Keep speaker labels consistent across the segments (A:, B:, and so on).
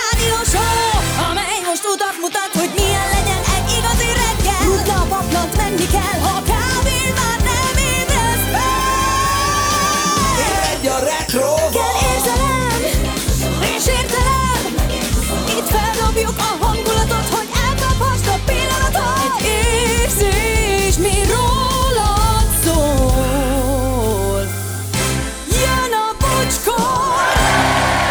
A: rádió show, amely most utat mutat, hogy milyen legyen egy igazi reggel. Rutna a paplant, menni kell, ha kávén már nem ébresz fel.
B: Egy a retro
A: Kell érzelem, és értelem, itt feldobjuk a hangulatot, hogy elkaphast a pillanatot. Egy érzés, mi rólad szól. Jön a bocskor!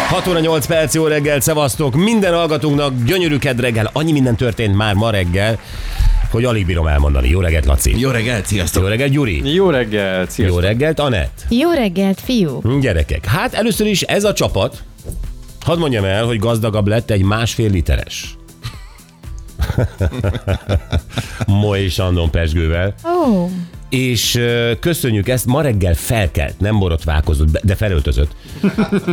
C: 6 óra 8 perc, jó reggel, szevasztok! Minden hallgatónknak gyönyörű reggel, annyi minden történt már ma reggel, hogy alig bírom elmondani. Jó reggelt, Laci!
B: Jó reggelt, sziasztok!
C: Jó reggelt, Gyuri!
D: Jó reggel,
C: Jó
D: sziasztok.
C: reggelt, Anett!
E: Jó reggelt, fiú!
C: Gyerekek, hát először is ez a csapat, hadd mondjam el, hogy gazdagabb lett egy másfél literes. Moly és Andon Pesgővel.
E: Ó, oh,
C: és ö, köszönjük ezt, ma reggel felkelt, nem borotválkozott, be- de felöltözött.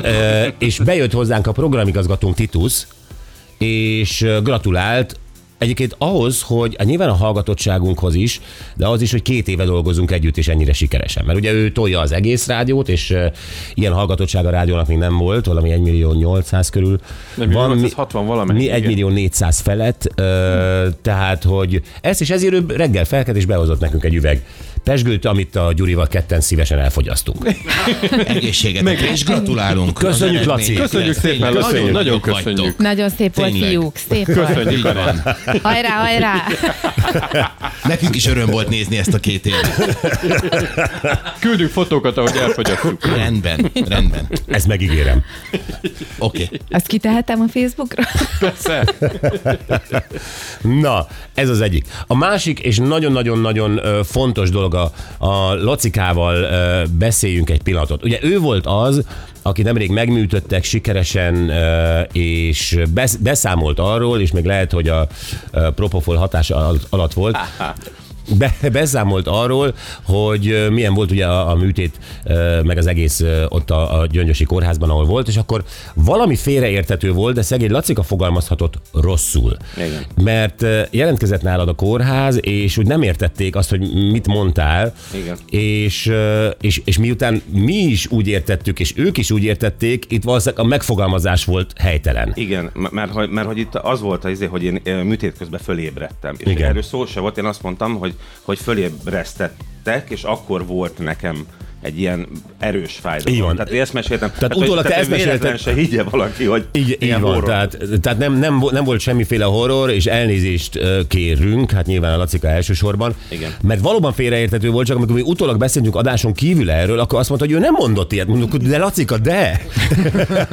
C: Ö, és bejött hozzánk a programigazgatónk Titus, és ö, gratulált egyébként ahhoz, hogy hát nyilván a hallgatottságunkhoz is, de az is, hogy két éve dolgozunk együtt, és ennyire sikeresen. Mert ugye ő tolja az egész rádiót, és ö, ilyen hallgatottság a rádiónak még nem volt, valami 1 millió 800 körül.
D: Nem, 860 valamennyi,
C: Mi
D: igen.
C: 1 millió 400 felett, ö, tehát, hogy ezt és ezért ő reggel felkelt, és behozott nekünk egy üveg pesgőt, amit a Gyurival ketten szívesen elfogyasztunk.
B: Egészséget! és gratulálunk!
C: Köszönjük,
B: Az
C: Laci.
B: eredményhez.
D: Köszönjük szépen,
B: Tényleg,
D: Laci, nagyon
B: nagyok
D: köszönjük.
B: vagytok.
E: nagyon szép volt,
B: Tényleg.
E: fiúk! Szép volt!
D: Köszönjük,
B: Így
D: Anett.
B: van.
E: Hajrá, hajrá!
B: Nekünk is öröm volt nézni ezt a két évet.
D: Küldünk fotókat, ahogy elfogyasztjuk.
B: Rendben, rendben.
C: Ezt megígérem.
B: Oké. Okay.
E: Azt kitehetem a Facebookra?
C: Hát
D: Persze.
C: Na, ez az egyik. A másik, és nagyon-nagyon-nagyon ö, fontos dolog, a, a Lacikával ö, beszéljünk egy pillanatot. Ugye ő volt az, aki nemrég megműtöttek sikeresen, ö, és besz- beszámolt arról, és még lehet, hogy a ö, propofol hatása al- alatt volt, be, beszámolt arról, hogy ö, milyen volt ugye a, a műtét, ö, meg az egész ö, ott a, a gyöngyösi kórházban, ahol volt, és akkor valami félreértető volt, de szegény Lacika fogalmazhatott rosszul.
D: Igen.
C: Mert ö, jelentkezett nálad a kórház, és úgy nem értették azt, hogy mit mondtál,
D: Igen.
C: és, ö, és, és miután mi is úgy értettük, és ők is úgy értették, itt valószínűleg a megfogalmazás volt helytelen.
F: Igen, m- mert, hogy- mert hogy itt az volt az, izé, hogy én ö, műtét közben fölébredtem. És
C: Igen.
F: Igen. erről szó se volt, én azt mondtam, hogy, hogy fölébresztettek, és akkor volt nekem egy ilyen erős fájdalom.
C: Így van.
F: Tehát én ezt meséltem. Tehát,
C: utólag te ezt mesélted.
F: mesélted. se higgye valaki, hogy
C: Így, így
F: ilyen
C: van,
F: horror.
C: tehát, tehát nem, nem, vo- nem volt semmiféle horror, és elnézést ö, kérünk, hát nyilván a Lacika elsősorban.
F: Igen.
C: Mert valóban félreértető volt, csak amikor mi utólag beszéltünk adáson kívül erről, akkor azt mondta, hogy ő nem mondott ilyet. Mondjuk, hogy de Lacika, de!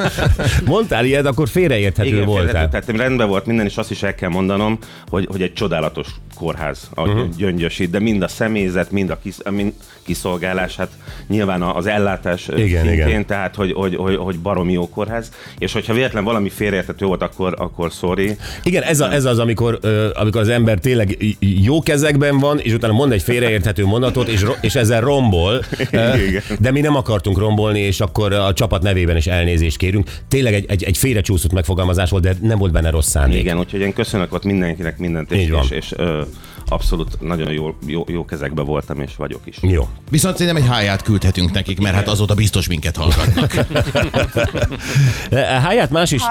C: Mondtál ilyet, akkor félreérthető
F: Igen,
C: voltál.
F: félretett- tehát rendben volt minden, és azt is el kell mondanom, hogy, hogy egy csodálatos kórház a
C: Mhm.
F: uh-huh. gyöngyösi, de mind a személyzet, mind a kis, mind kiszolgálás, hát nyilván a- az ellátás ö,
C: Igen,
F: szintén,
C: igen.
F: tehát hogy, hogy, hogy, hogy baromi jó kórház, és hogyha véletlen valami félreértető volt, akkor, akkor sorry.
C: Igen, ez, a, ez az, amikor, ö, amikor az ember tényleg j- jó kezekben van, és utána mond egy félreérthető mondatot, és, ro- és ezzel rombol. Ö,
F: Igen.
C: De mi nem akartunk rombolni, és akkor a csapat nevében is elnézést kérünk. Tényleg egy, egy, egy félrecsúszott megfogalmazás volt, de nem volt benne rossz szándék.
F: Igen, úgyhogy én köszönök ott mindenkinek mindent, és,
C: Így van.
F: és, és ö, abszolút nagyon jó, jó, jó kezekbe voltam, és vagyok is.
C: Jó.
B: Viszont szerintem egy háját küldhetünk nekik, mert hát azóta biztos minket hallgatnak.
C: E, e, Háját más is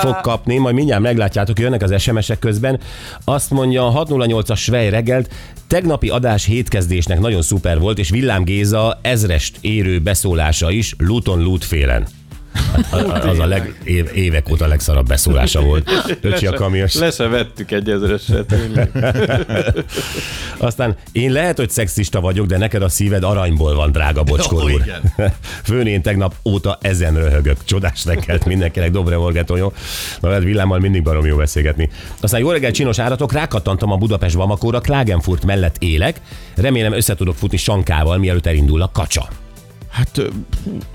C: fog kapni, majd mindjárt meglátjátok, jönnek az SMS-ek közben. Azt mondja a 608-as Svej reggelt, tegnapi adás hétkezdésnek nagyon szuper volt, és Villám Géza ezrest érő beszólása is Luton Lutfélen. Az a leg, év- évek óta legszarabb beszólása volt. Öcsi a kamios.
D: Le se vettük egy ezereset. tényleg.
C: Aztán én lehet, hogy szexista vagyok, de neked a szíved aranyból van, drága bocskor
B: Ó,
C: úr.
B: igen.
C: Főn én tegnap óta ezen röhögök. Csodás reggelt mindenkinek, Dobre Morgató, jó? Na, veled villámmal mindig barom jó beszélgetni. Aztán jó reggel, csinos áratok, rákattantam a Budapest Vamakóra, Klagenfurt mellett élek. Remélem össze tudok futni Sankával, mielőtt elindul a kacsa.
B: Hát ö,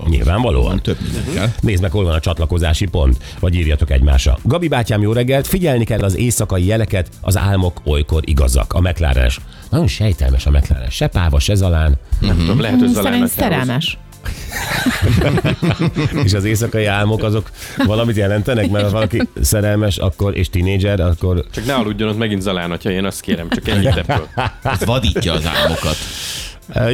C: Nyilvánvalóan.
B: több minden kell.
C: Nézd meg, hol van a csatlakozási pont, vagy írjatok egymásra. Gabi bátyám, jó reggelt, figyelni kell az éjszakai jeleket, az álmok olykor igazak. A mclaren Nagyon sejtelmes a McLaren, se páva, se zalán,
D: Nem tudom, lehet, hogy
E: Szerintem
D: Zalánnak elhoztuk.
E: szerelmes.
C: és az éjszakai álmok azok valamit jelentenek, mert ha valaki szerelmes akkor, és tinédzser, akkor
D: Csak ne aludjon ott megint Zalán, atya, én azt kérem, csak ennyit ebből.
B: Ez vadítja az Hát álmokat.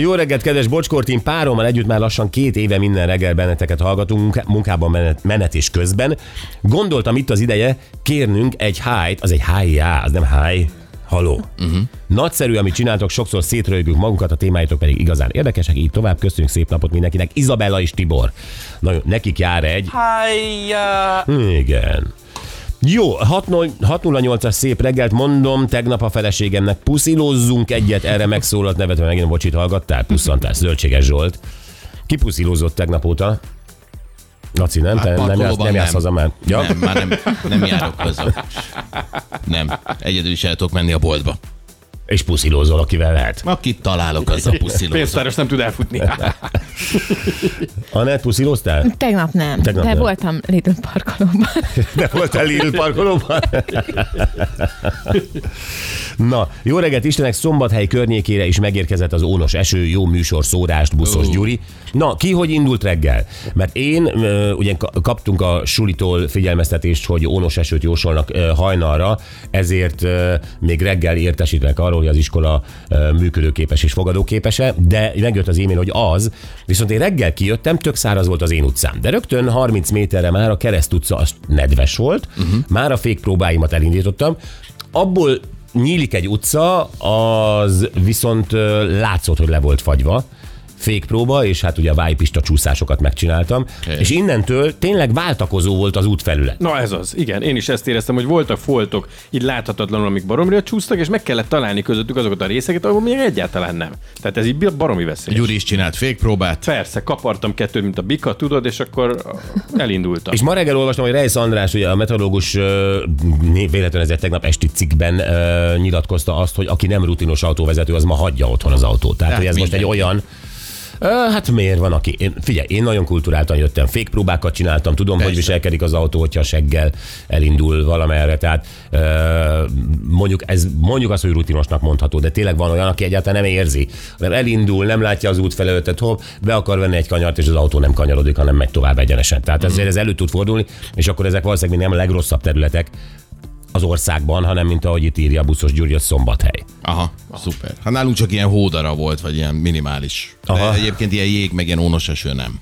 C: Jó reggelt, kedves Bocskortin, párommal együtt már lassan két éve minden reggel benneteket hallgatunk, munká- munkában menet, menet és közben. Gondoltam itt az ideje kérnünk egy hájt, az egy hájjá, az nem háj, haló. Uh-huh. Nagyszerű, amit csináltok, sokszor szétröjgünk magunkat, a témáitok pedig igazán érdekesek, így tovább köszönjük szép napot mindenkinek. Izabella és Tibor. Nagyon, nekik jár egy. Igen. Jó, 60 608-as szép reggelt mondom, tegnap a feleségemnek puszilózzunk egyet, erre megszólalt nevetve, megint bocsit hallgattál, puszantás, zöldséges Zsolt. Ki puszilózott tegnap óta? Laci, nem? Te nem, jársz,
B: parkolóban
C: nem jársz haza már. Ja?
B: Nem, már nem, nem járok haza. Nem, egyedül is el tudok menni a boltba.
C: És puszilózol, akivel lehet.
B: Akit találok, az a puszilózó.
D: Pénztáros nem tud elfutni.
C: Anett, puszilóztál?
E: Tegnap nem,
C: Tegnap
E: Tegnap
C: nem.
E: de nem. voltam Lidl parkolóban.
C: De voltál Lidl parkolóban? Na, jó reggelt Istenek, Szombathely környékére is megérkezett az ónos eső, jó műsor, szórást, buszos uh. Gyuri. Na, ki hogy indult reggel? Mert én, ö, ugye ka- kaptunk a sulitól figyelmeztetést, hogy ónos esőt jósolnak ö, hajnalra, ezért ö, még reggel értesítenek arról, hogy az iskola ö, működőképes és fogadóképese, de megjött az e-mail, hogy az, viszont én reggel kijöttem, tök száraz volt az én utcám, de rögtön 30 méterre már a kereszt utca az nedves volt, uh-huh. már a fékpróbáimat elindítottam, abból nyílik egy utca, az viszont ö, látszott, hogy le volt fagyva, fékpróba, és hát ugye a vájpista csúszásokat megcsináltam,
B: Oké.
C: és innentől tényleg váltakozó volt az útfelület.
D: Na ez az, igen. Én is ezt éreztem, hogy voltak foltok, így láthatatlanul, amik baromira csúsztak, és meg kellett találni közöttük azokat a részeket, ahol még egyáltalán nem. Tehát ez így baromi veszély.
B: Gyuri is csinált fékpróbát.
D: Persze, kapartam kettőt, mint a bika, tudod, és akkor elindultam.
C: És ma reggel olvastam, hogy Reis András, ugye a meteorológus ö, né- véletlenül ezért tegnap esti cikkben ö, nyilatkozta azt, hogy aki nem rutinos autóvezető, az ma hagyja otthon az autót. Tehát,
B: Hát
C: hogy ez most egy
B: mindenki.
C: olyan, Ö, Hát miért van, aki... Én, figyelj, én nagyon kulturáltan jöttem, fékpróbákat csináltam, tudom, Persze. hogy viselkedik az autó, hogyha a seggel elindul valamerre, tehát ö, mondjuk, ez, mondjuk azt, hogy rutinosnak mondható, de tényleg van olyan, aki egyáltalán nem érzi, hanem elindul, nem látja az út felelőttet, hopp, be akar venni egy kanyart, és az autó nem kanyarodik, hanem megy tovább egyenesen. Tehát ezért ez elő tud fordulni, és akkor ezek valószínűleg még nem a legrosszabb területek az országban, hanem mint ahogy itt írja a buszos Gyuri, a szombathely.
B: Aha, szuper. Hát nálunk csak ilyen hódara volt, vagy ilyen minimális. De
C: Aha.
B: egyébként ilyen jég, meg ilyen ónos eső nem.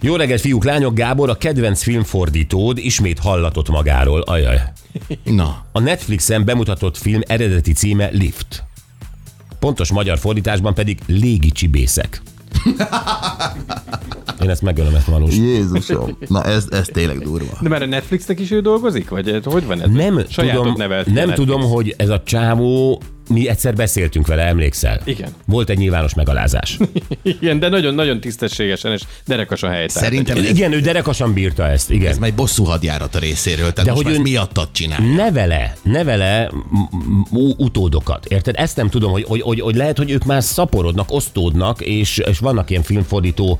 C: Jó reggelt, fiúk, lányok, Gábor, a kedvenc filmfordítód ismét hallatott magáról. Ajaj.
B: Na,
C: A Netflixen bemutatott film eredeti címe Lift. Pontos magyar fordításban pedig Légi csibészek. Én ezt megölöm, ezt valós.
G: Jézusom, na ez, ez tényleg durva.
D: De már a Netflixnek is ő dolgozik? Vagy eh, hogy van ez?
C: Nem
D: Sajátot
C: tudom,
D: nevelt ki a
C: nem
D: Netflix.
C: tudom, hogy ez a csávó, mi egyszer beszéltünk vele, emlékszel?
D: Igen.
C: Volt egy nyilvános megalázás.
D: Igen, de nagyon-nagyon tisztességesen és derekas a helyzet.
B: szerintem ez,
C: Igen, ő derekasan bírta ezt,
B: ez
C: igen.
B: már egy bosszú hadjárat a részéről, tehát De most
C: hogy
B: hogy már
C: ön-
B: ön... miattat csinál.
C: nevele, nevele m- m- ú- utódokat, érted? Ezt nem tudom, hogy, hogy, hogy, hogy lehet, hogy ők már szaporodnak, osztódnak, és, és vannak ilyen filmfordító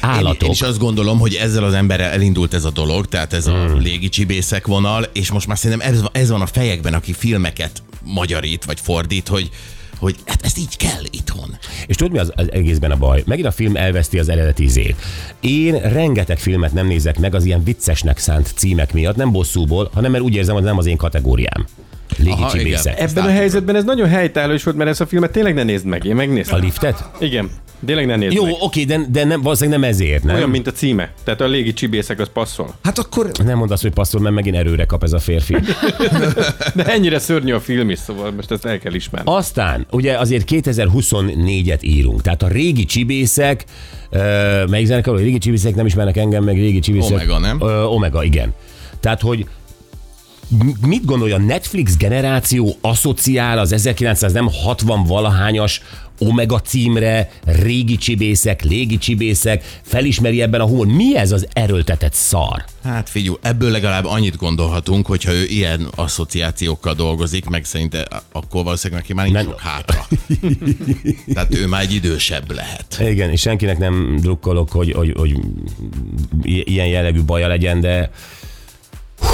C: állatok.
B: Én, én is azt gondolom, hogy ezzel az emberrel elindult ez a dolog, tehát ez a légicsibészek vonal, és most már szerintem ez, ez van a fejekben, aki filmeket magyarít, vagy fordít, hogy hogy hát ezt így kell itthon.
C: És tudod, mi az, az egészben a baj? Megint a film elveszti az eredeti ízét. Én rengeteg filmet nem nézek meg az ilyen viccesnek szánt címek miatt, nem bosszúból, hanem mert úgy érzem, hogy nem az én kategóriám.
B: Aha,
C: Légicsibészek.
D: Ebben a
B: Látod.
D: helyzetben ez nagyon helytálló is volt, mert ezt a filmet tényleg ne nézd meg. Én
C: A
D: megnéztem.
C: liftet?
D: Igen, tényleg ne nézd
C: Jó,
D: meg.
C: oké, de, de nem, valószínűleg nem ezért, nem?
D: Olyan, mint a címe. Tehát a légi csibészek az passzol.
B: Hát akkor
C: Nem mondasz, hogy passzol, mert megint erőre kap ez a férfi.
D: De ennyire szörnyű a film is, szóval most ezt el kell ismerni.
C: Aztán, ugye azért 2024-et írunk, tehát a régi csibészek, ö, melyik zenekar, hogy régi csibészek nem ismernek engem, meg régi csibészek.
B: Omega, nem?
C: Ö, Omega, igen. Tehát, hogy m- mit gondolja a Netflix generáció asszociál az 1960 valahányas Omega címre, régi csibészek, légi csibészek, felismeri ebben a humor. Mi ez az erőltetett szar?
B: Hát figyú, ebből legalább annyit gondolhatunk, hogyha ő ilyen asszociációkkal dolgozik, meg szerinte akkor valószínűleg neki már nincs
C: Nem.
B: sok hátra. Tehát ő már egy idősebb lehet.
C: Igen, és senkinek nem drukkolok, hogy, hogy, hogy i- ilyen jellegű baja legyen, de hú,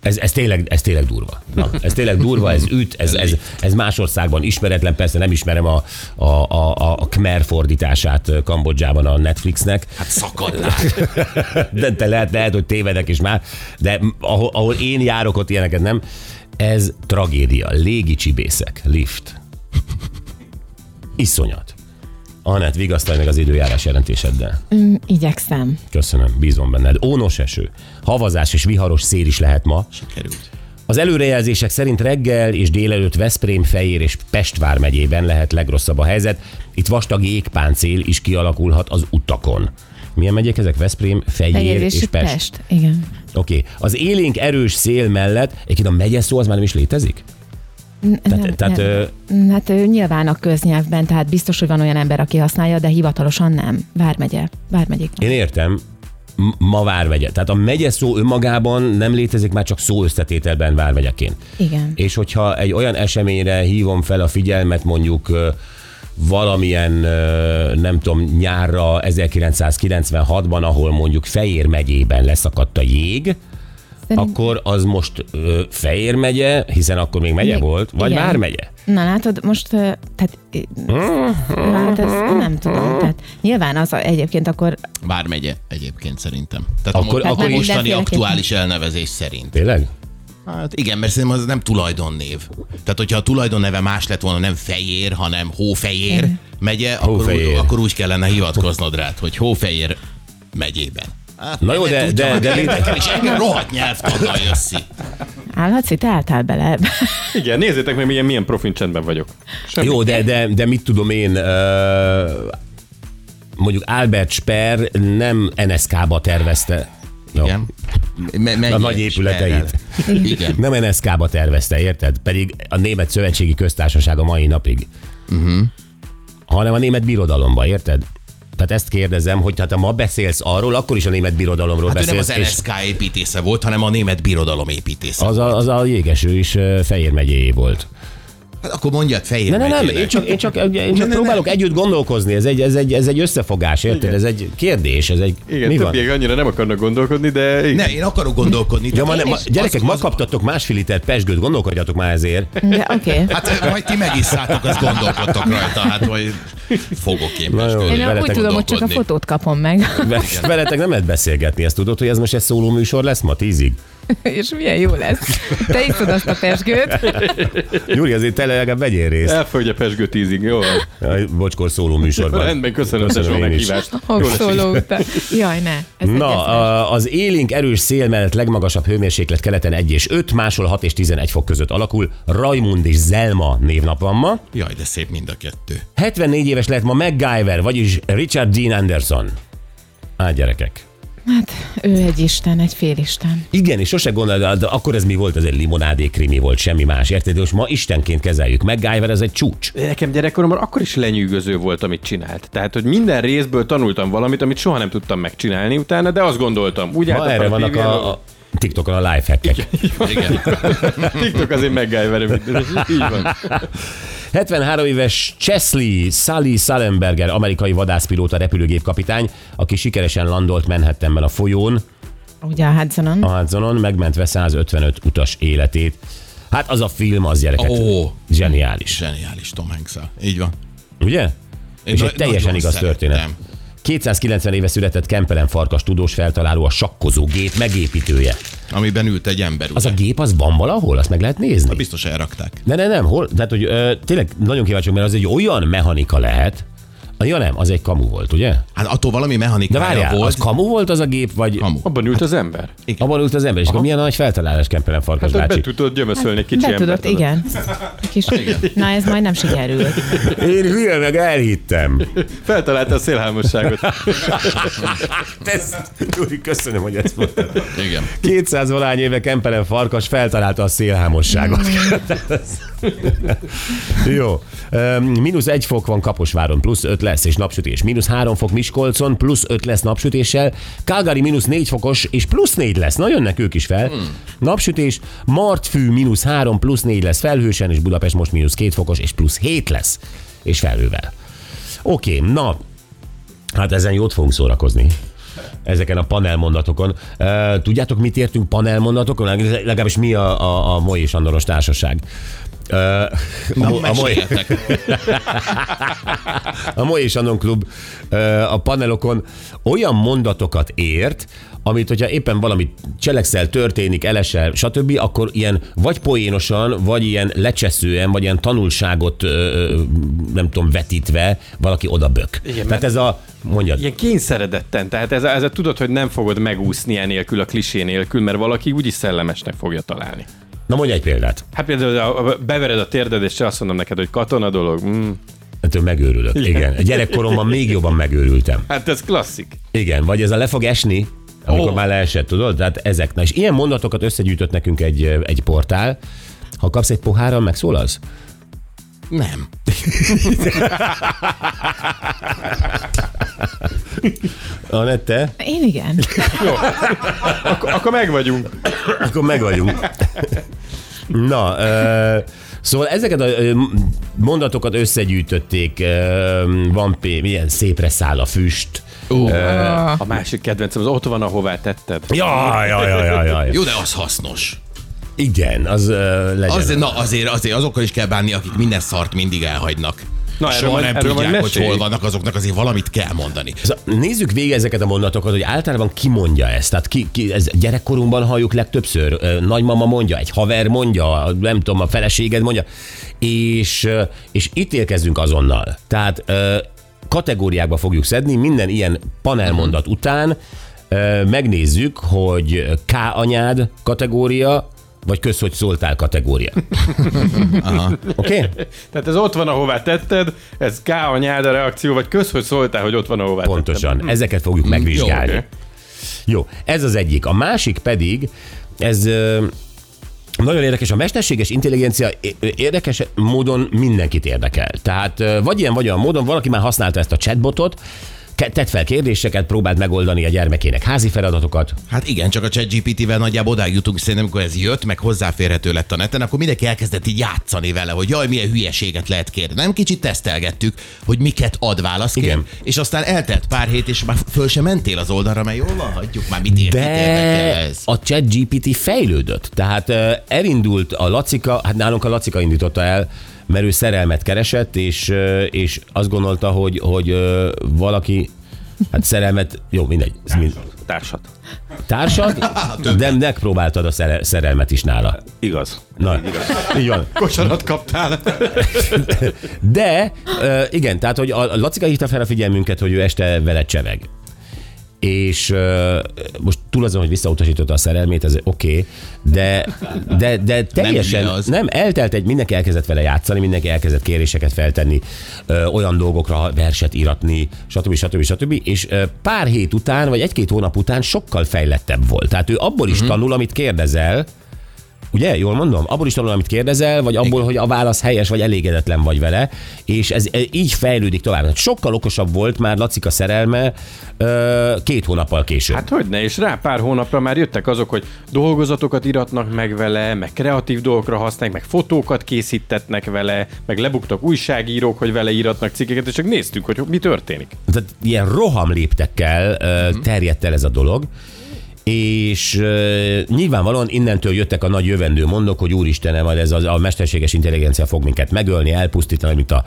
C: ez, ez, tényleg, ez tényleg durva. Na, ez tényleg durva, ez üt, ez, ez, ez más országban ismeretlen, persze nem ismerem a, a, a, a- a Khmer fordítását Kambodzsában a Netflixnek,
B: Hát szakadnák.
C: de te lehet, lehet, hogy tévedek is már, de ahol, ahol én járok, ott ilyeneket nem. Ez tragédia. Légi csibészek, lift. Iszonyat. Anett, vigasztalj meg az időjárás jelentéseddel.
E: Mm, igyekszem.
C: Köszönöm, bízom benned. Ónos eső, havazás és viharos szél is lehet ma.
B: Sikerült.
C: Az előrejelzések szerint reggel és délelőtt Veszprém, Fejér és Pestvár megyében lehet legrosszabb a helyzet. Itt vastag jégpáncél is kialakulhat az utakon. Milyen megyek ezek? Veszprém, Fejér,
E: Fejér
C: és, Pest. Pest.
E: Pest. Igen.
C: Oké. Okay. Az élénk erős szél mellett, egyébként a megye szó az már nem is létezik? Tehát,
E: nem,
C: tehát
E: nem.
C: Ö,
E: Mm, Hát ő nyilván a köznyelvben, tehát biztos, hogy van olyan ember, aki használja, de hivatalosan nem. Vármegye. Vármegyék.
C: én értem, M- ma várvegye. Tehát a megye szó önmagában nem létezik, már csak szó összetételben várvegyeként.
E: Igen.
C: És hogyha egy olyan eseményre hívom fel a figyelmet mondjuk ö, valamilyen, ö, nem tudom, nyárra 1996-ban, ahol mondjuk Fejér megyében leszakadt a jég,
E: Szerint-
C: akkor az most ö, Fejér megye, hiszen akkor még megye
E: Még-
C: volt, vagy
E: igen.
C: Vár megye?
E: Na látod, most, ö, tehát, ö,
C: Mhm.
E: hát ez nem tudom, tehát nyilván az a, egyébként akkor,
B: Vármegye egyébként szerintem. Tehát
C: Akkor-
B: akkor,
C: akkor
B: akkor
E: is-
B: mostani
E: mindenféleképpen.
B: aktuális elnevezés szerint.
C: Tényleg?
B: Hát igen, mert szerintem az nem tulajdonnév. Tehát, hogyha a tulajdonneve más lett volna, nem fejér, hanem hófejér megye, Akkor, úgy,
C: Hófehér.
B: akkor úgy kellene hivatkoznod rád, hogy hófejér megyében. Hát,
C: Na jó, de-
B: tudja,
C: de-
B: hát
C: de-
B: én nekem is engem rohadt nyelvtannal jössz itt.
E: állhatsz itt, álltál bele ebbe.
D: Igen, nézzétek meg, milyen, milyen profin csendben vagyok. Semmi.
C: Jó, de, de, de mit tudom én, ö, mondjuk Albert Sper nem NSK-ba tervezte. Jó.
B: Igen. Me- mennyi-
C: A nagy épületeit.
B: Igen.
C: Nem NSZK-ba tervezte, érted? Pedig a Német Szövetségi Köztársaság a mai napig. Uh-huh.
B: Mhm.
C: Hanem a Német Birodalomba, érted? Tehát ezt kérdezem, hogy hát ha ma beszélsz arról, akkor is a Német Birodalomról
B: Hát ő nem
C: beszélsz.
B: az NSK építésze volt, hanem a német birodalom építésze.
C: az, a, az a jégeső is ö, Fejér megyéjé volt.
B: Hát akkor mondjad fejér
C: Ne, ne, nem,
B: megyének.
C: én csak, én csak, én csak
B: ne,
C: próbálok együtt gondolkozni, ez egy, ez egy, ez egy összefogás, érted? Ez egy kérdés, ez egy...
D: Igen,
C: mi van?
D: többiek annyira nem akarnak gondolkodni, de igen.
B: Ne, én akarok gondolkodni.
C: Ja, ma
B: Tehát
C: nem,
B: én
C: ma,
B: is-
C: gyerekek,
B: az-
C: ma
B: az-
C: kaptatok másfél liter pesgőt, gondolkodjatok már ezért.
E: De oké. Okay.
B: Hát majd ti megisszátok, azt gondolkodtok rajta, hát vagy fogok én
C: Na jó.
B: pesgőt.
E: Én
C: veletek
E: úgy tudom, hogy csak a
B: gondolkodni.
E: fotót kapom meg.
C: Ve- Veletek nem lehet beszélgetni, ezt tudod, hogy ez most egy szóló műsor lesz ma tízig?
E: És milyen jó lesz. Te iszod azt a pesgőt.
C: Júli, azért te legalább vegyél részt
D: Elfogy a pesgő tízig, jó? van.
C: a bocskor szóló műsorban.
D: Rendben, köszönöm,
C: Köszönöm
D: köszönöm a
C: én is.
D: meghívást.
E: Hangszóló után. Jaj, ne.
C: Na,
E: Ez egyes más.
C: a- az élénk erős szél mellett legmagasabb hőmérséklet keleten 1 és 5, máshol 6 és 11 fok között alakul. Rajmund és Zelma névnap van ma.
B: Jaj, de szép mind a kettő.
C: 74 éves lett ma MacGyver, vagyis Richard Dean Anderson. Á, gyerekek.
E: Hát ő egy isten, egy félisten.
C: Igen, és sose gondolod, de akkor ez mi volt? Ez egy limonádé krimi volt, semmi más, érted? De most ma istenként kezeljük. MacGyver, ez egy csúcs.
D: Nekem gyerekkoromban akkor is lenyűgöző volt, amit csinált. Tehát, hogy minden részből tanultam valamit, amit soha nem tudtam megcsinálni utána, de azt gondoltam. Úgy
C: Ma
B: hát
D: álltam
C: erre
D: fel
C: vannak
D: tévén,
C: a, a TikTokon a lifehackek.
B: Igen.
D: TikTok azért meggájverem. Így van.
C: 73 éves Chesley Sully Salenberger, amerikai vadászpilóta, repülőgép kapitány, aki sikeresen landolt Manhattanben a folyón,
E: Ugye a Hudsonon.
C: a Hudsonon, megmentve 155 utas életét. Hát az a film az gyerekek.
B: Ó,
C: Zseniális.
B: zseniális Tom hanks Így van.
C: Ugye?
B: Én
C: És
B: na-
C: egy teljesen
B: nagyon
C: igaz
B: szerettem.
C: történet. 290 éve született Kempelen Farkas tudós feltaláló, a sakkozó gép megépítője.
B: Amiben ült egy ember.
C: Az
B: ugye?
C: a gép az van valahol? Azt meg lehet nézni?
B: Biztos elrakták.
C: Ne, ne, nem, hol? Tehát, hogy ö, tényleg nagyon kíváncsi, vagyok, mert az egy olyan mechanika lehet, Ja nem, az egy kamu volt, ugye?
B: Hát attól valami
C: De
B: mechanikája
C: várjál,
B: volt.
C: az kamu volt az a gép, vagy kamu.
B: Kamu.
D: Abban ült az ember.
C: abban ült az ember, és akkor milyen nagy feltalálás Kempelen Farkas
D: Hát ott be
C: bácsi.
D: tudod gyömöszölni egy kicsi
E: Hát, Be
D: embert.
E: tudott, igen. Kis... Na, ez majd nem sikerült.
C: Én hülye meg elhittem.
D: Feltalálta a szélhámosságot.
C: Ez, Gyuri, köszönöm, hogy ezt mondtad.
B: Igen.
C: 200 valány éve Kempelen Farkas feltalálta a szélhámosságot. Jó. Öm, Mínusz egy fok van Kaposváron, plusz öt lesz és napsütés. Mínusz három fok Miskolcon, plusz öt lesz napsütéssel. Calgary mínusz négy fokos és plusz négy lesz. Na jönnek ők is fel. Napsütés. Martfű mínusz három, plusz négy lesz felhősen, és Budapest most mínusz két fokos és plusz hét lesz. És felhővel. Oké, na. Hát ezen jót fogunk szórakozni ezeken a panelmondatokon. E, tudjátok, mit értünk panelmondatokon? Legalábbis mi a, a, a Moly és Andoros társaság. Na, a, moly,
B: Meséljetek.
C: a Moly és Anon Klub ö, a panelokon olyan mondatokat ért, amit, hogyha éppen valami cselekszel, történik, elesel, stb., akkor ilyen vagy poénosan, vagy ilyen lecseszően, vagy ilyen tanulságot, ö, ö, nem tudom, vetítve valaki odabök. Igen, Tehát
D: mert-
C: ez a, mondjad.
D: Ilyen kényszeredetten, tehát ez, ez, tudod, hogy nem fogod megúszni enélkül, a klisé nélkül, mert valaki úgyis szellemesnek fogja találni.
C: Na mondj egy példát.
D: Hát például a, a, bevered a térdet, és azt mondom neked, hogy katona dolog. Mm.
C: Ettől megőrülök. Igen. A gyerekkoromban még jobban megőrültem.
D: Hát ez klasszik.
C: Igen, vagy ez a le fog esni, amikor
B: Ó.
C: oh. már leesett, tudod? Tehát ezek. Na, és ilyen mondatokat összegyűjtött nekünk egy, egy portál. Ha kapsz egy pohárral, megszólalsz?
B: Nem.
C: Anette?
E: Én igen.
D: Ak- akkor meg vagyunk.
C: Akkor meg vagyunk. Na, ö, szóval ezeket a ö, mondatokat összegyűjtötték. Ö, van pé, milyen szépre száll a füst.
B: Ó,
D: A másik kedvencem az ott van, ahová tetted.
C: Jaj, jaj, jaj, jaj, jaj.
B: Jó, de az hasznos.
C: Igen, az ö, legyen.
B: Az, na azért, azért azokkal is kell bánni, akik minden szart mindig elhagynak.
D: Na,
B: Na,
D: erről
B: Soha
D: majd-
B: nem
D: erről majd
B: tudják, hogy
D: mesélj.
B: hol vannak, azoknak azért valamit kell mondani.
C: Szóval Nézzük végig ezeket a mondatokat, hogy általában ki mondja ezt. Tehát ki, ki, ez gyerekkorunkban halljuk legtöbbször. Ö, Nagymama mondja, egy haver mondja, nem tudom, a feleséged mondja. És, ö, és itt érkezünk azonnal. Tehát ö, kategóriákba fogjuk szedni, minden ilyen panelmondat után ö, megnézzük, hogy K anyád kategória, vagy kösz, hogy szóltál kategória. Oké? Okay?
D: Tehát ez ott van, ahová tetted, ez K a nyád a reakció, vagy kösz, hogy szóltál, hogy ott van, ahová tetted.
C: Pontosan. Ezeket fogjuk megvizsgálni.
B: jó,
C: Jó,
D: oké.
C: ez az egyik. A másik pedig, ez ö, nagyon érdekes, a mesterséges intelligencia é- érdekes módon mindenkit érdekel. Tehát ö, vagy ilyen, vagy olyan módon, valaki már használta ezt a chatbotot, ke- tett fel kérdéseket, próbált megoldani a gyermekének házi feladatokat.
B: Hát igen, csak a ChatGPT-vel nagyjából odáig jutunk, szerintem, amikor ez jött, meg hozzáférhető lett a neten, akkor mindenki elkezdett így játszani vele, hogy jaj, milyen hülyeséget lehet kérni. Nem kicsit tesztelgettük, hogy miket ad válaszként,
C: Igen.
B: igen. és aztán eltelt pár hét, és már föl sem mentél az oldalra, mert jól van, hagyjuk már, mit ért, mit
C: De
B: érdekel ez.
C: a chat GPT fejlődött. Tehát ö, elindult a Lacika, hát nálunk a Lacika indította el, mert ő szerelmet keresett, és, ö, és azt gondolta, hogy, hogy ö, valaki Hát szerelmet, jó, mindegy. ez Mind.
F: Társat.
C: Társad, de megpróbáltad a szere- szerelmet is nála.
F: Igaz.
C: Na, így van.
B: Kocsarat kaptál.
C: De, ö, igen, tehát, hogy a a Lacika hívta fel a figyelmünket, hogy ő este vele cseveg. És ö, most túl azon, hogy visszautasította a szerelmét, ez oké, okay, de, de, de teljesen
B: hülye
C: nem,
B: az.
C: nem eltelt egy, mindenki elkezdett vele játszani, mindenki elkezdett kéréseket feltenni, ö, olyan dolgokra verset íratni, stb. stb. stb. És ö, pár hét után, vagy egy-két hónap után sokkal fejlettebb volt. Tehát ő abból
B: Mhm.
C: is tanul, amit kérdezel, Ugye, jól mondom? Abból is tanul, amit kérdezel, vagy abból, hogy a válasz helyes, vagy elégedetlen vagy vele, és ez e, így fejlődik tovább. Tehát sokkal okosabb volt már Lacika szerelme ö, két hónappal később. Hát,
D: Hát hogy ne, és rá pár hónapra már jöttek azok, hogy dolgozatokat iratnak meg vele, meg kreatív dolgokra használják, meg fotókat készítetnek vele, meg lebuktak újságírók, hogy vele iratnak cikkeket, és csak néztük, hogy mi történik.
C: tehát ilyen roham léptekkel ö, terjedt el ez a dolog, és ö, nyilvánvalóan innentől jöttek a nagy jövendő mondok, hogy úristenem, majd ez a, a mesterséges intelligencia fog minket megölni, elpusztítani, mint a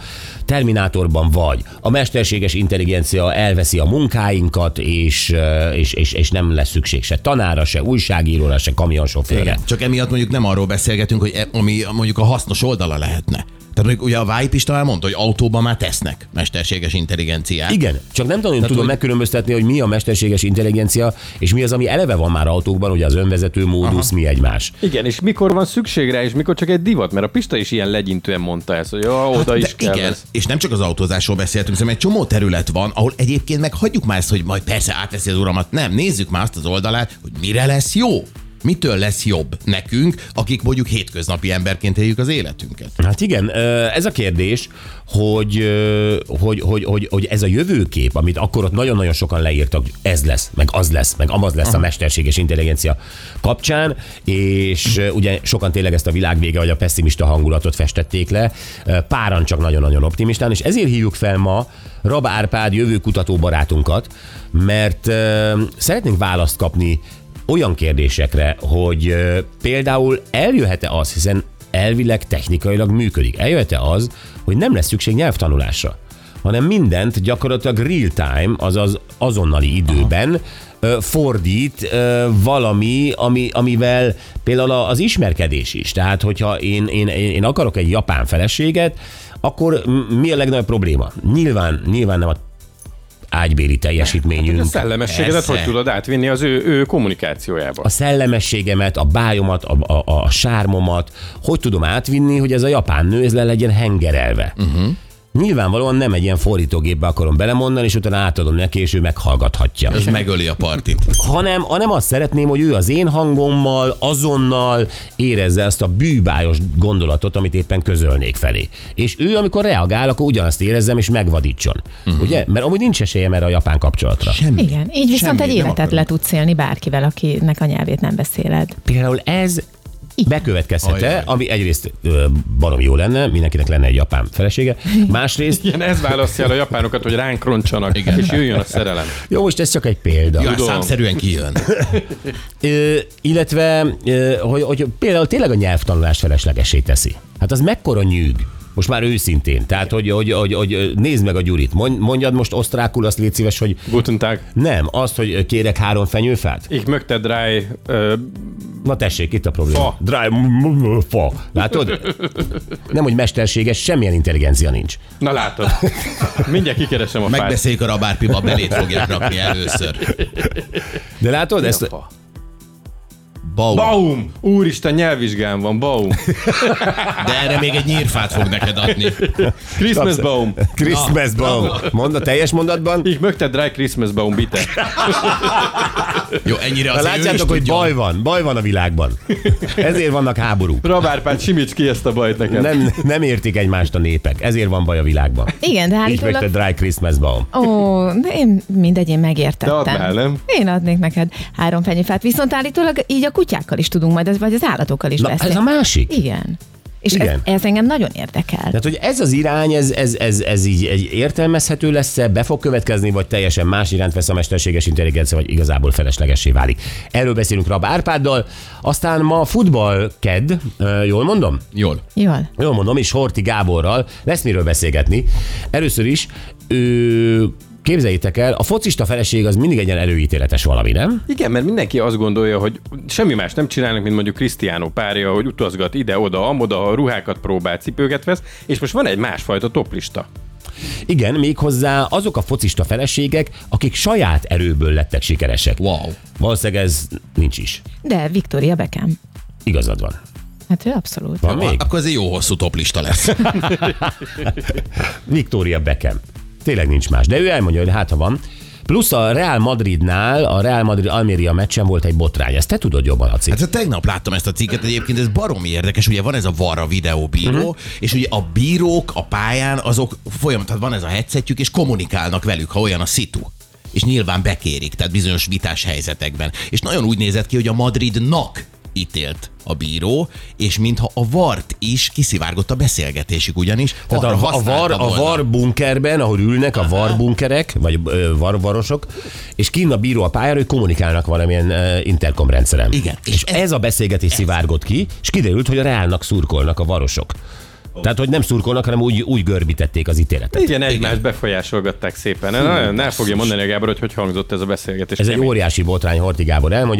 C: Terminátorban vagy. A mesterséges intelligencia elveszi a munkáinkat, és, ö, és, és, és nem lesz szükség se tanára, se újságíróra, se kamionsofőrre.
B: Csak emiatt mondjuk nem arról beszélgetünk, hogy e, ami mondjuk a hasznos oldala lehetne. Tehát mondjuk ugye a Vibe is talán mondta, hogy autóban már tesznek mesterséges intelligenciát.
C: Igen, csak nem nagyon tudom
B: hogy-
C: megkülönböztetni, hogy mi a mesterséges intelligencia, és mi az, ami eleve van már autókban, ugye az önvezető módusz, Aha. mi egymás.
D: Igen, és mikor van szükség rá, és mikor csak egy divat, mert a Pista is ilyen legyintően mondta ezt, hogy ja, oda
B: Hát De
D: is kell.
B: igen,
D: ez.
B: és nem csak az autózásról beszéltünk, szerintem egy csomó terület van, ahol egyébként meg hagyjuk már ezt, hogy majd persze átveszi az uramat. Nem, nézzük már azt az oldalát, hogy mire lesz jó. Mitől lesz jobb nekünk, akik mondjuk hétköznapi emberként éljük az életünket?
C: Hát igen, ö, ez a kérdés, hogy, ö, hogy, hogy, hogy, hogy ez a jövőkép, amit akkor ott nagyon-nagyon sokan leírtak, hogy ez lesz, meg az lesz, meg amaz lesz a mesterséges intelligencia kapcsán, és ö, ugye sokan tényleg ezt a világvége vagy a pessimista hangulatot festették le, ö, páran csak nagyon-nagyon optimistán, és ezért hívjuk fel ma Rab Árpád jövőkutató barátunkat, mert ö, szeretnénk választ kapni olyan kérdésekre, hogy ö, például eljöhet-e az, hiszen elvileg, technikailag működik. Eljöhet-e az, hogy nem lesz szükség nyelvtanulásra, hanem mindent gyakorlatilag real time, azaz azonnali időben ö, fordít ö, valami, ami, amivel például a- az ismerkedés is. Tehát, hogyha én, én, én én akarok egy japán feleséget, akkor m- mi a legnagyobb probléma? Nyilván, nyilván nem a ágybéli teljesítményünk.
D: hát A szellemességedet
B: Persze.
D: hogy tudod átvinni az ő, ő kommunikációjába?
C: a szellemességemet, a bájomat, a, a, a sármomat, hogy tudom átvinni, hogy ez a japán nő, ez le legyen hengerelve. Uh-huh. Nyilvánvalóan nem egy ilyen fordítógépbe akarom belemondani, és utána átadom neki, és ő meghallgathatja.
B: Ez megöli a partit.
C: Hanem, hanem azt szeretném, hogy ő az én hangommal, azonnal érezze ezt a bűbájos gondolatot, amit éppen közölnék felé. És ő, amikor reagál, akkor ugyanazt érezzem, és megvadítson. Uh-huh. Ugye? Mert amúgy nincs esélyem erre a japán kapcsolatra.
B: Semmi.
E: Igen, így viszont
B: Semmi,
E: egy
B: nem
E: életet
B: akarunk.
E: le tudsz élni bárkivel, akinek a nyelvét nem beszéled.
C: Például ez bekövetkezhet-e,
B: Ajaj.
C: ami egyrészt ö, barom jó lenne, mindenkinek lenne egy japán felesége, másrészt,
D: Igen, ez választja el a japánokat, hogy ránk roncsanak,
B: Igen.
D: és jöjjön a szerelem.
C: jó, most ez csak egy példa.
B: Ja,
D: Tudom.
B: számszerűen kijön.
C: Ö, illetve, ö, hogy, hogy például tényleg a nyelvtanulás feleslegesé teszi. Hát az mekkora nyűg? Most már őszintén. Tehát, hogy, hogy, hogy, hogy ö, nézd meg a Gyurit. Mondj- Mondjad most osztrákul, azt légy szíves, hogy
D: Guten Tag.
C: nem, azt, hogy ö, kérek három fenyőfát.
D: Ich möchte drei ö,
C: Na tessék, itt a probléma.
D: Fa.
C: Dry, m- m- m- fa. Látod? Nem, hogy mesterséges, semmilyen intelligencia nincs.
D: Na látod, mindjárt kikeresem a fát.
B: Megbeszéljük a rabárpiba, belét fogják rakni először.
C: De látod, ezt,
B: Bau.
D: Baum! Úristen, nyelvvizsgám van, Baum.
B: De erre még egy nyírfát fog neked adni.
D: Christmas Baum.
C: Christmas Baum. Mond a teljes mondatban.
D: Ich möchte drei Christmas Baum, bitte.
B: Jó, ennyire
C: Na
B: az
C: látjátok, hogy baj van, baj van a világban. Ezért vannak háborúk.
D: Rabárpát, simíts ki ezt a bajt nekem. Nem.
C: Nem, nem értik egymást a népek, ezért van baj a világban.
E: Igen, de
C: Így meg
E: állítólag...
C: te Dry Christmas Baum.
E: Ó, de én mindegy, én megértettem.
D: Te adnál, nem?
E: Én adnék neked három fenyőfát, viszont állítólag így a kutyákkal is tudunk majd, vagy az állatokkal is
C: Na,
E: beszélni.
C: ez a másik.
E: Igen. És
C: Igen.
E: Ez, ez engem nagyon érdekel.
C: Tehát, hogy ez az irány, ez, ez, ez, ez így egy értelmezhető lesz -e, be fog következni, vagy teljesen más iránt vesz a mesterséges intelligencia, vagy igazából feleslegessé válik. Erről beszélünk Rab Árpáddal. Aztán ma futball ked, ö, jól mondom?
B: Jól.
E: Jól.
C: Jól mondom, és Horti Gáborral lesz miről beszélgetni. Először is, ő, képzeljétek el, a focista feleség az mindig egy ilyen előítéletes valami, nem?
D: Igen, mert mindenki azt gondolja, hogy semmi más nem csinálnak, mint mondjuk Cristiano párja, hogy utazgat ide-oda, amoda, a ruhákat próbál, cipőket vesz, és most van egy másfajta toplista.
C: Igen, méghozzá azok a focista feleségek, akik saját erőből lettek sikeresek.
B: Wow.
C: Valószínűleg ez nincs is.
E: De Victoria Beckham.
C: Igazad van.
E: Hát ő abszolút.
C: Van még?
B: Akkor ez egy jó hosszú toplista lesz.
C: Victoria Beckham. Tényleg nincs más, de ő elmondja, hogy hát ha van. Plusz a Real Madridnál, a Real Madrid Almeria meccsen volt egy botrány. Ezt te tudod jobban, Laci.
B: Hát tegnap láttam ezt a cikket, egyébként ez baromi érdekes, ugye van ez a VAR a videóbíró,
C: Mhm.
B: uh-huh. és ugye a bírók a pályán azok folyamatosan van ez a headsetjük, és kommunikálnak velük, ha olyan a szitu és nyilván bekérik, tehát bizonyos vitás helyzetekben. És nagyon úgy nézett ki, hogy a Madridnak ítélt a bíró, és mintha a vart is kiszivárgott a beszélgetésük ugyanis.
C: Tehát
B: arra
C: a, a,
B: használta
C: var, a
B: volna.
C: var bunkerben, ahol ülnek a var bunkerek, vagy ö, varvarosok, és kinn a bíró a pályára, ők kommunikálnak valamilyen ö, interkom rendszeren.
B: Igen.
C: És ez, ez a beszélgetés szivárgott ki, és kiderült, hogy a reálnak szurkolnak a varosok. Tehát, hogy nem szurkolnak, hanem úgy, úgy görbítették az ítéletet.
D: Igen, egymást befolyásolgatták szépen. Nagyon el fogja mondani a Gábor, hogy hogy hangzott ez a beszélgetés.
C: Ez egy
D: Kemény.
C: óriási botrány Horti Gábor elmondja.